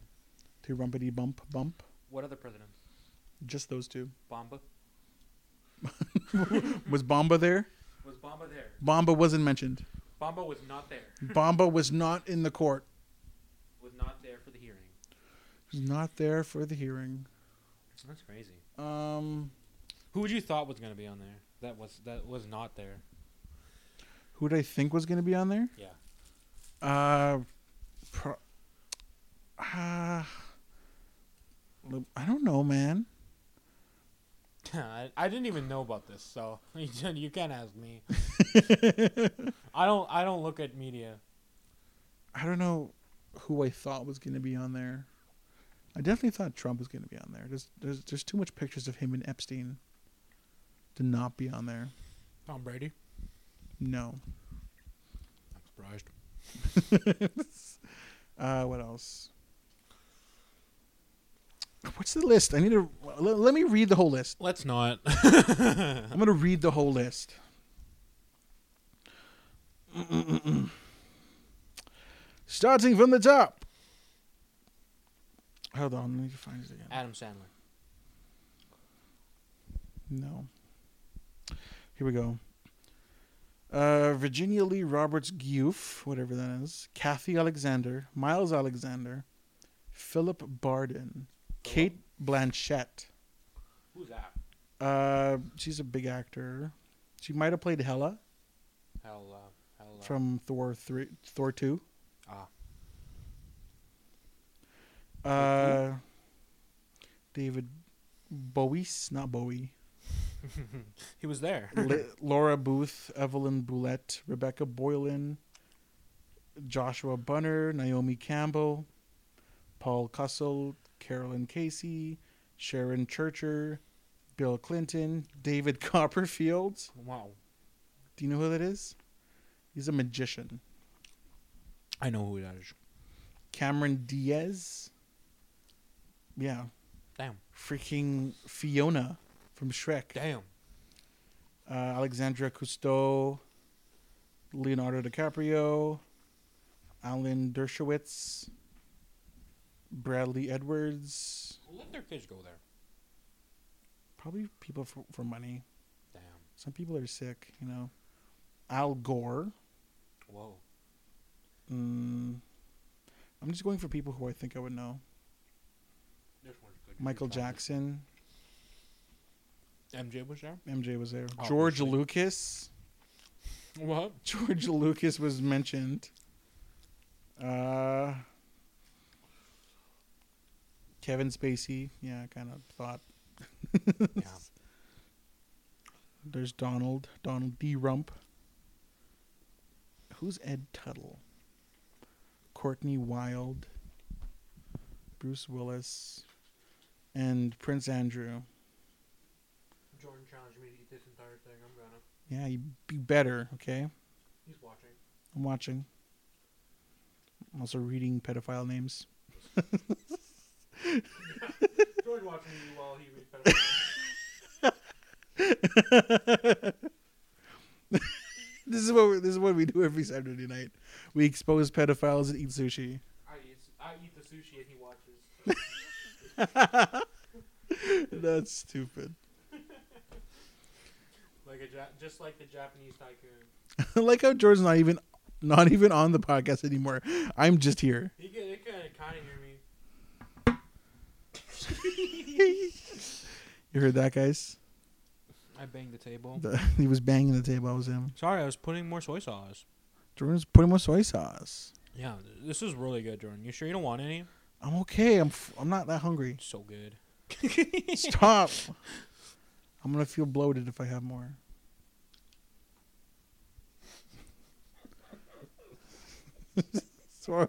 A: T Rumpity Bump Bump.
B: What other president?
A: Just those two.
B: Bomba.
A: Was Bomba there?
B: Was Bomba there?
A: Bomba wasn't mentioned.
B: Bomba was not there.
A: Bomba was not in the court.
B: Was not there for the hearing.
A: He was not there for the hearing.
B: That's crazy.
A: Um,
B: Who would you thought was gonna be on there? That was that was not there.
A: who did I think was going to be on there?
B: Yeah.
A: Uh, pro- uh, look, I don't know, man.
B: I, I didn't even know about this, so you can- you can't ask me. I don't I don't look at media.
A: I don't know who I thought was going to be on there. I definitely thought Trump was going to be on there. There's, there's there's too much pictures of him and Epstein to not be on there.
B: Tom Brady.
A: No.
B: I'm surprised.
A: Uh, what else? What's the list? I need to let, let me read the whole list.
B: Let's not.
A: I'm gonna read the whole list. Starting from the top. Hold on, I need to find it again.
B: Adam Sandler.
A: No. Here we go. Uh, Virginia Lee Roberts Guif, whatever that is, Kathy Alexander, Miles Alexander, Philip Barden, Kate Blanchett.
C: Who's that?
A: Uh, she's a big actor. She might have played Hela
B: Hell, uh, hell, uh,
A: from Thor three, Thor two.
B: Ah.
A: Uh, David Bowies, not Bowie.
B: he was there.
A: Li- Laura Booth, Evelyn Boulette, Rebecca Boylan, Joshua Bunner, Naomi Campbell, Paul Cussel, Carolyn Casey, Sharon Churcher, Bill Clinton, David Copperfield.
D: Wow.
A: Do you know who that is? He's a magician.
D: I know who that is.
A: Cameron Diaz. Yeah.
D: Damn.
A: Freaking Fiona from Shrek.
D: Damn.
A: uh, Alexandra Cousteau, Leonardo DiCaprio, Alan Dershowitz, Bradley Edwards,
D: Let their kids go there.
A: probably people for, for money.
D: Damn.
A: Some people are sick, you know. Al Gore.
D: Whoa.
A: Mm, I'm just going for people who I think I would know.
D: This one's good.
A: Michael Jackson.
D: MJ was there.
A: MJ was there.
D: Oh,
A: George
D: shit.
A: Lucas.
D: What?
A: George Lucas was mentioned. Uh, Kevin Spacey, yeah, I kind of thought.
D: Yeah.
A: There's Donald, Donald D. Rump. Who's Ed Tuttle? Courtney Wilde, Bruce Willis, and Prince Andrew.
E: Jordan challenged me to eat this entire thing. I'm gonna.
A: Yeah, you be better, okay?
E: He's watching.
A: I'm watching. I'm also reading pedophile names.
E: Jordan watching you while he reads better.
A: This is what we this is what we do every Saturday night. We expose pedophiles and eat sushi.
E: I eat, I eat the sushi and he watches.
A: That's stupid.
E: Like a ja- just like the Japanese tycoon.
A: I like how George's not even not even on the podcast anymore. I'm just here.
E: He can, he can kind of hear me.
A: You heard that, guys?
D: I banged the table.
A: The- he was banging the table. I was him.
D: Sorry, I was putting more soy sauce.
A: Jordan's putting more soy sauce.
D: Yeah, th- this is really good, Jordan. You sure you don't want any?
A: I'm okay. I'm f- I'm not that hungry.
D: So good.
A: Stop. I'm gonna feel bloated if I have more. Sorry.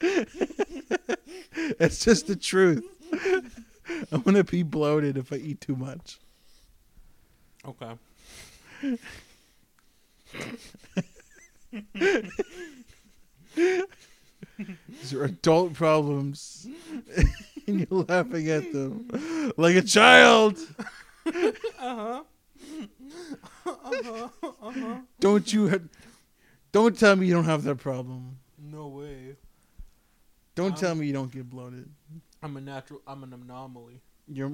A: it's just the truth. I'm gonna be bloated if I eat too much.
D: Okay.
A: These are adult problems, and you're laughing at them like a child.
D: Uh huh. uh huh. Uh huh.
A: Don't you? Ha- don't tell me you don't have that problem.
D: No way.
A: Don't
D: Um,
A: tell me you don't get bloated.
D: I'm a natural. I'm an anomaly.
A: You're.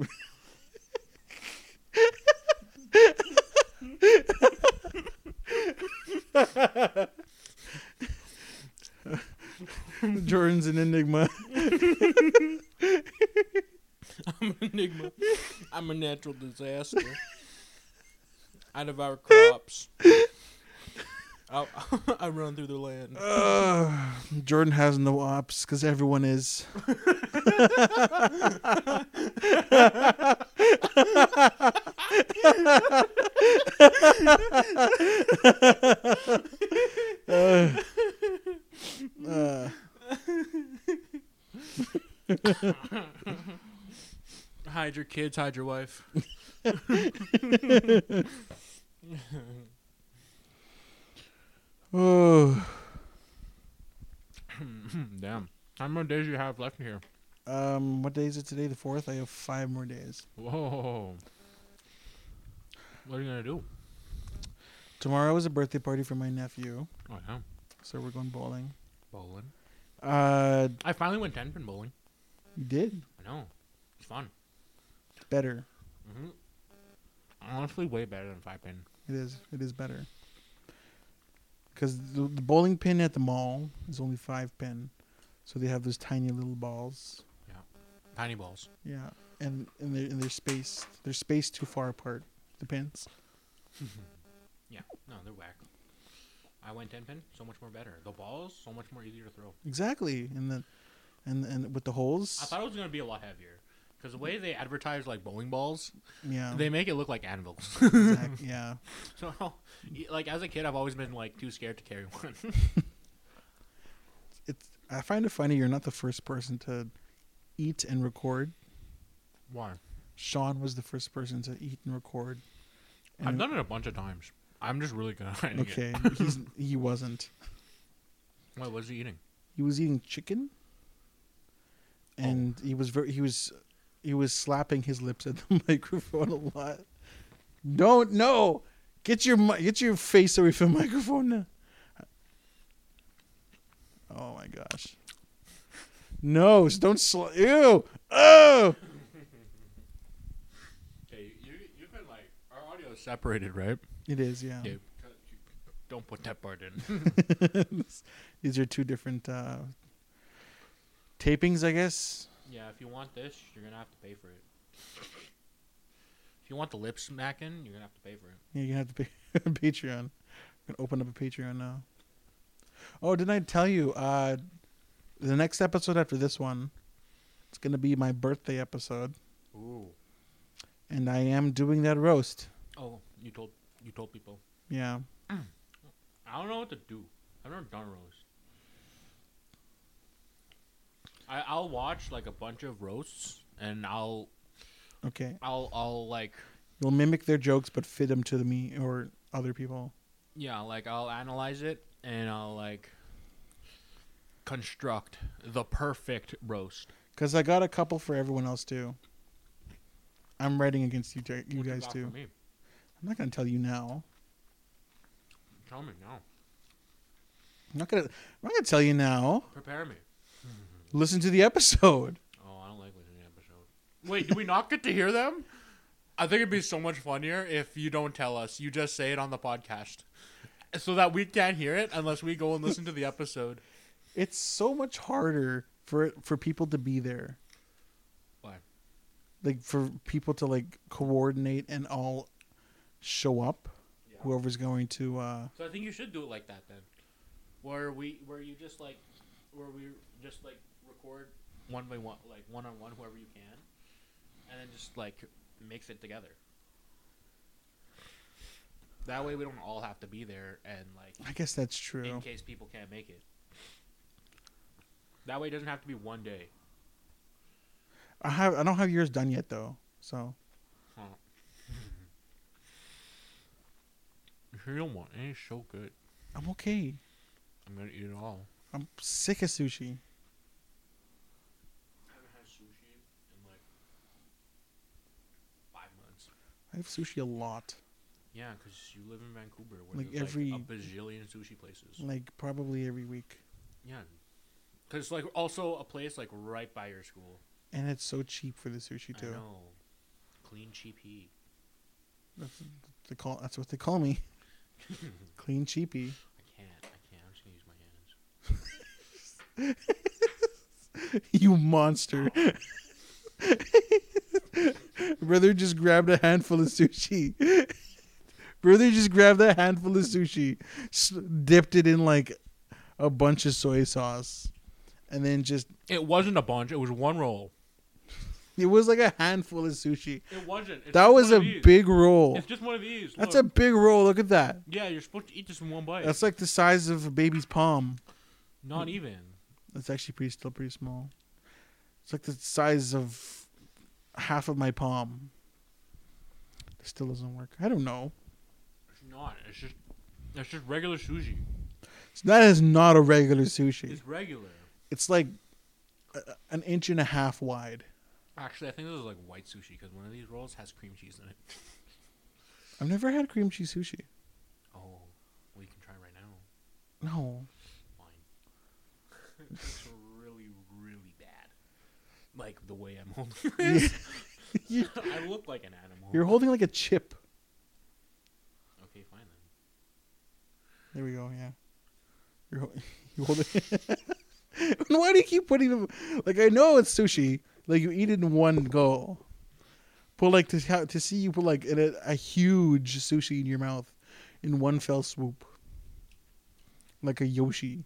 A: Jordan's an enigma.
D: I'm an enigma. I'm a natural disaster. I devour crops. I, I run through the land.
A: Ugh, Jordan has no ops because everyone is. Ugh. Ugh.
D: Hide your kids. Hide your wife.
A: oh,
D: Damn. How many days do you have left here?
A: um, what day is it today? The fourth. I have five more days.
D: Whoa. What are you gonna do?
A: Tomorrow is a birthday party for my nephew,
D: Oh yeah,
A: so we're going bowling.
D: bowling.
A: Uh,
D: I finally went ten pin bowling.
A: you did
D: I know. It's fun.
A: better.
D: hmm Honestly, way better than five pin.
A: It is. It is better. Because the, the bowling pin at the mall is only five pin, so they have those tiny little balls.
D: Tiny balls.
A: Yeah, and and they're and they're spaced. They're spaced too far apart. The pins.
D: Yeah, no, they're whack. I went ten pin, so much more better. The balls, so much more easier to throw.
A: Exactly, and the and and with the holes.
D: I thought it was gonna be a lot heavier, because the way they advertise like bowling balls,
A: yeah.
D: they make it look like anvils.
A: exact- yeah.
D: so, like as a kid, I've always been like too scared to carry one.
A: It's I find it funny you're not the first person to eat and record.
D: Why?
A: Sean was the first person to eat and record.
D: I've
A: And-
D: done it a bunch of times. I'm just really good at hiding
A: Okay,
D: it.
A: he's, he wasn't.
D: What was he eating?
A: He was eating chicken, and he was very he was he was slapping his lips at the microphone a lot. Don't no, get your mi- get your face away from the microphone. Now. Oh my gosh! No, s- don't sl- ew oh.
D: Hey, you, you've been like, our audio is separated, right?
A: It is yeah.
D: Yeah. Don't put that part in.
A: These are two different uh, tapings, I guess.
D: yeah, if you want this, you're going to have to pay for it. If you want the lip smacking, you're going to have to pay for it.
A: Yeah, you have to pay Patreon. I'm gonna open up a Patreon now. Oh, didn't I tell you? Uh, the next episode after this one, it's gonna be my birthday episode,
D: Ooh.
A: and I am doing that roast.
D: Oh, you told you told people.
A: Yeah,
D: I don't know what to do. I've never done a roast. I, I'll watch like a bunch of roasts and I'll
A: okay.
D: I'll I'll like
A: You'll mimic their jokes, but fit them to the me or other people.
D: yeah, like I'll analyze it and I'll like construct the perfect roast.
A: Cause I got a couple for everyone else too. I'm writing against you, Jack- you
D: What
A: guys
D: got for
A: too.
D: me?
A: I'm not gonna tell you now.
D: Tell me now.
A: I'm not gonna. I'm not gonna tell you now.
D: Prepare me.
A: Listen to the episode.
D: Oh, I don't like listening to episode. Wait, do we not get to hear them? I think it'd be so much funnier if you don't tell us. You just say it on the podcast. So that we can't hear it unless we go and listen to the episode.
A: it's so much harder for for people to be there
D: Why?
A: like for people to like coordinate and all show up
D: Yeah.
A: whoever's going to uh
D: So I think you should do it like that then. Where we where you just like where we just like record one by one like one on one whoever you can and then just like mix it together. That way we don't all have to be there and like
A: i guess that's true
D: in case people can't make it. That way, it doesn't have to be one day.
A: i have i don't have yours done yet though so
D: You don't want it. It's so good.
A: i'm okay
D: I'm gonna eat it all.
A: i'm sick of sushi
D: I haven't had sushi in like five months.
A: i have sushi a lot
D: Yeah, because you live in Vancouver, where
A: Like
D: there's
A: every-
D: like a bazillion sushi places.
A: like probably every week
D: Yeah, because like also a place like right by your school.
A: and it's so cheap for the sushi
D: I
A: too
D: know. Clean cheap heat.
A: that's, they call, that's what they call me clean cheapy
D: I can't. I can't. I'm just gonna use my hands.
A: you monster. Brother just grabbed a handful of sushi. Brother just grabbed a handful of sushi, s- dipped it in like a bunch of soy sauce, and then just
D: It wasn't a bunch. It was one roll.
A: it was like a handful of sushi.
D: It wasn't. It's
A: That
D: just
A: was
D: one
A: a
D: of these.
A: big roll.
D: It's just one of these.
A: That's a
D: look.
A: big roll. Look at that.
D: Yeah, you're supposed to eat this in one bite.
A: That's like the size of a baby's palm.
D: not even.
A: That's actually pretty still pretty small. It's like the size of half of my palm. This still doesn't work. I don't know.
D: It's not. It's just. It's just regular sushi.
A: So that is not a regular sushi.
D: It's regular.
A: It's like a- an inch and a half wide.
D: Actually, I think this is like white sushi because one of these rolls has cream cheese in it.
A: I've never had cream cheese sushi.
D: Oh, we can try right now.
A: No.
D: Fine. it's really, really bad. Like the way I'm holding this.
A: You-
D: I look like an animal.
A: You're holding like a chip.
D: Okay, fine then.
A: There we go. Yeah. You're hol- you holding. Why do you keep putting them? Like I know it's sushi. Like you eat it in one go. But like to ha- to see you put like a, a huge sushi in your mouth, in one fell swoop. Like a Yoshi.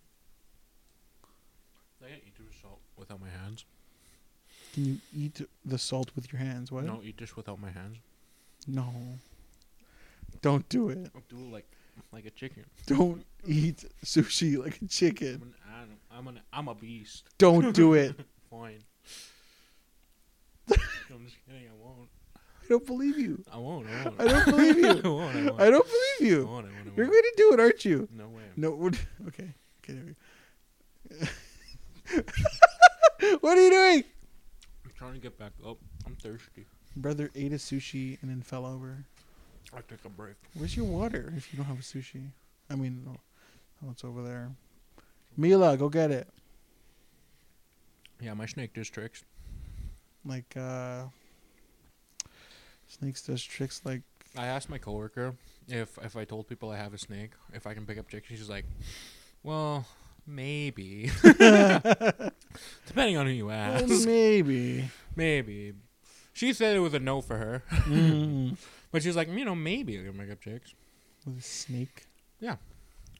D: I can eat this salt without my hands.
A: Can you eat the salt with your hands? What?
D: No, eat this without my hands.
A: No. Don't do it.
D: I'll do it like like a chicken.
A: Don't eat sushi like a
D: I'm
A: chicken.
D: an, anim- I'm an, I'm a beast.
A: Don't do it.
D: Fine. I'm just kidding. I won't.
A: I don't believe you.
D: I won't. I won't.
A: I don't believe you.
D: I won't. I won't.
A: I don't believe
D: I
A: you.
D: won't. I won't. I
A: You're
D: won't.
A: going to do it, aren't you?
D: No way.
A: No. What, okay. Okay. There we go. what are you doing?
D: I'm trying to get back up. I'm thirsty.
A: Brother ate a sushi and then fell over.
D: I took a break.
A: Where's your water if you don't have a sushi? I mean, no. oh, it's over there. Mila, go get it.
D: Yeah, my snake does tricks.
A: Like, uh, snakes does tricks like,
D: I asked my coworker if if I told people I have a snake, if I can pick up chicks. She's like, "Well, maybe, depending on who you
A: "Well,
D: ask.
A: "Oh, maybe.
D: Maybe." She said it was a no for her,
A: Mm.
D: but she's like, "You know, maybe I can pick up chicks."
A: With a snake?
D: Yeah.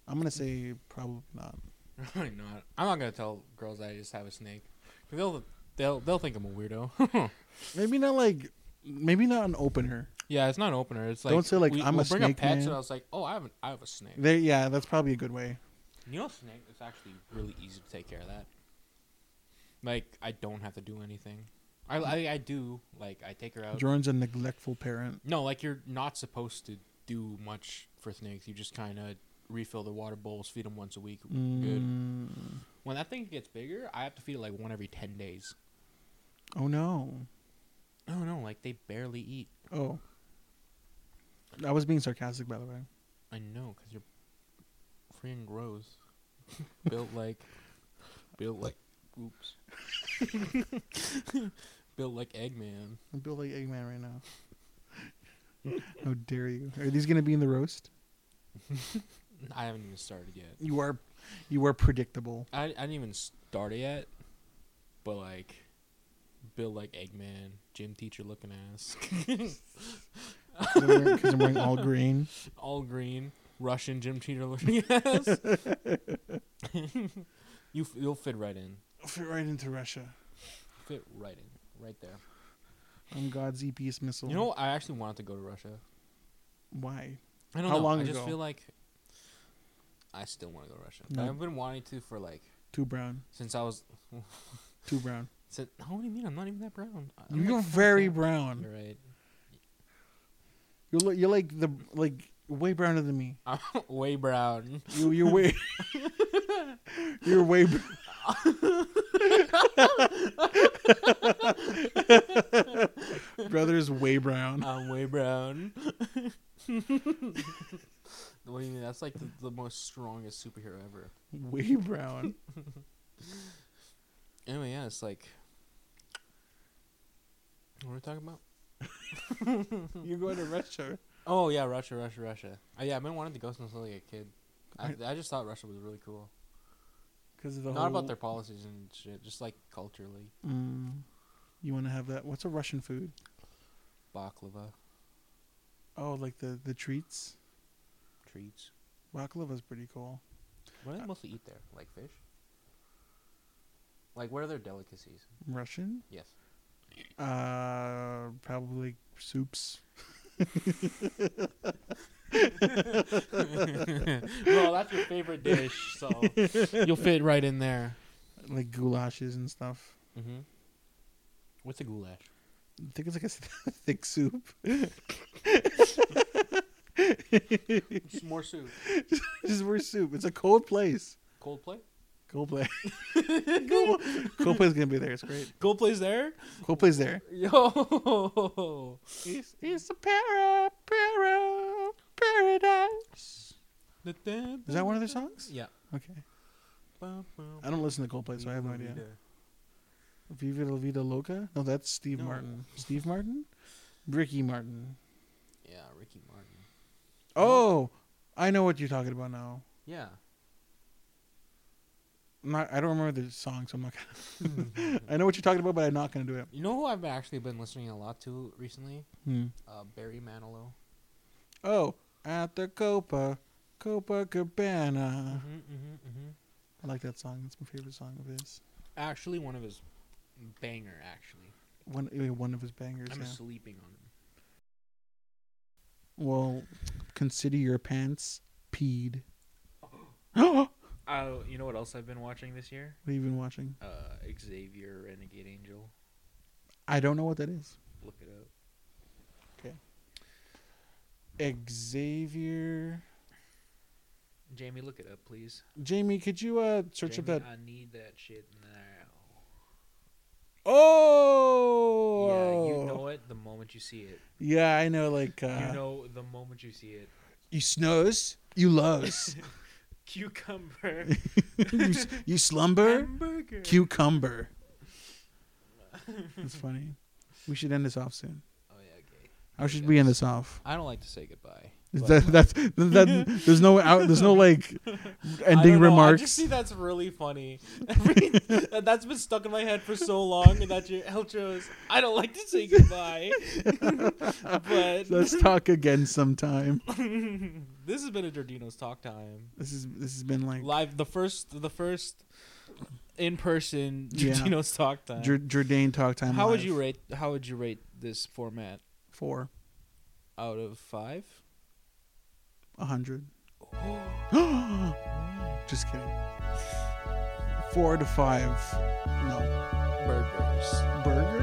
A: I'm going to say probably not.
D: Probably not. I'm not gonna tell girls I just have a snake. 'Cause They'll they'll they'll think I'm a weirdo.
A: Maybe not like, maybe not an opener.
D: yeah, it's not an opener. It's like
A: Don't say, like,
D: we,
A: "I'm a
D: we'll bring
A: snake
D: up pets,
A: man."
D: and I was like, "Oh, I have an, I have a snake."
A: There, yeah, that's probably a good way.
D: You know, snake. It's actually really easy to take care of that. Like I don't have to do anything. I I, I do like I take her out.
A: Jordan's a neglectful parent.
D: No, like you're not supposed to do much for snakes. You just kind of refill the water bowls, feed them once a week. Good.
A: Mm.
D: When that thing gets bigger, I have to feed it like one every ten days.
A: Oh no.
D: No, Oh, no, like they barely eat.
A: Oh. I was being sarcastic, by the way.
D: I know, cause you're freaking gross. built like, built like, oops. built like Eggman.
A: I'm building Eggman right now. How dare you? Are these gonna be in the roast?
D: I haven't even started yet.
A: You are, you are predictable.
D: I, I didn't even start it yet, but like, built like Eggman, gym teacher looking ass,
A: Because I'm, wearing- 'cause I'm wearing all green.
D: all green, Russian gym teacher looking ass. you f- you'll fit right in,
A: I'll fit right into Russia.
D: fit right in, right there.
A: I'm God's EPS missile.
D: You know, I actually wanted to go to Russia.
A: why?
D: I don't
A: How
D: know.
A: long
D: I just
A: ago?
D: feel like I still want to go to Russia.
A: No.
D: I've been wanting to for like
A: Too brown.
D: since I was.
A: Too brown.
D: Since, how do you mean? I'm not even that brown. I- I'm
A: You're
D: like
A: very
D: fucking-
A: brown.
D: You're right.
A: You're li- you're like the like way browner than me.
D: I'm way brown.
A: You you're way. you're way. br- Brother's way brown.
D: I'm way brown. what do you mean? That's like the, the most strongest superhero ever.
A: Way brown.
D: Anyway, yeah, it's like. What are we talking about?
A: You're going to Russia.
D: Oh yeah, Russia, Russia, Russia. Oh, yeah, I've been wanting to go since I was like a kid. I, I just thought Russia was really cool.
A: Because of the
D: Not
A: whole,
D: about their policies and shit, just like culturally.
A: Mm, you want to have that? What's a Russian food?
D: Baklava,
A: Oh, like the the treats.
D: treats.
A: Baklava's pretty cool.
D: What do they mostly eat there? Like fish? Like, what are their delicacies?
A: Russian.
D: Yes.
A: Uh, probably soups.
D: well, that's your favorite dish, so you'll fit right in there.
A: Like goulashes and stuff.
D: Mm-hmm. What's a goulash?
A: I think it's like a s- thick soup.
D: It's more soup.
A: This is where soup. It's a cold place.
D: Cold play?
A: Cold place. cold, cold place gonna be there. It's great.
D: Cold play's there?
A: Cold place there.
D: Yo!
A: It's, it's a para para paradise.
D: Is
A: Is that one of their songs?
D: Yeah.
A: Okay. I don't listen to Coldplay, so I have no idea.
D: Vida.
A: Viva la vida loca? No, that's Steve
D: No.
A: Martin. Steve Martin? Ricky Martin.
D: Yeah, Ricky Martin.
A: Oh, I know what you're talking about now.
D: Yeah.
A: I'm not, I don't remember the song, so I'm not
D: Hmm.
A: gonna. I know what you're talking about, but I'm not gonna do it.
D: You know who I've actually been listening a lot to recently?
A: Hmm.
D: Uh, Barry Manilow.
A: Oh, at the Copa, Copa Cabana.
D: Mm-hmm, mm-hmm, mm-hmm.
A: I like that song. It's my favorite song of his.
D: Actually, one of his banger, actually.
A: One, eh, one of his bangers.
D: I'm
A: yeah.
D: sleeping on him.
A: Well, consider your pants peed. what
B: Oh, you know what else I've been watching this year?
A: have you been watching?
B: Uh, Xavier Renegade Angel.
A: I don't know what that is.
B: Look it up.
A: Xavier.
B: Jamie, look it up, please.
A: Jamie, could you uh search
B: Jamie,
A: up that?
B: I need that shit now.
A: Oh.
B: Yeah, you know it the moment you see it.
A: Yeah, I know. Like uh,
B: you know the moment you see it.
A: you snooze, you loves,
B: Cucumber.
A: you, s- you slumber,
B: Hamburger.
A: cucumber. That's funny. We should end this off soon.
B: oh yeah, okay.
A: How should we end this off?
B: I don't like to say goodbye.
A: Is
B: but-
A: that, that's that, that- there's no out, there's no like
B: I
A: ending
B: don't know,
A: remarks.
B: I just see that's really funny. Every, that- that's been stuck in my head for so long, and that your outros. I don't like to say goodbye, but
A: Let's talk again sometime.
B: this has been a Jardino's talk time.
A: This is this has been like
B: Live the first, the first in person
A: Yeah.
B: Jardino's talk time.
A: Jor- Jordan talk time.
B: how would
A: Live.
B: you rate? How would you rate this format
A: Four,
B: out of five?
A: a hundred.
B: Oh,
A: Just kidding. Four to five. No
B: burgers.
A: burgers.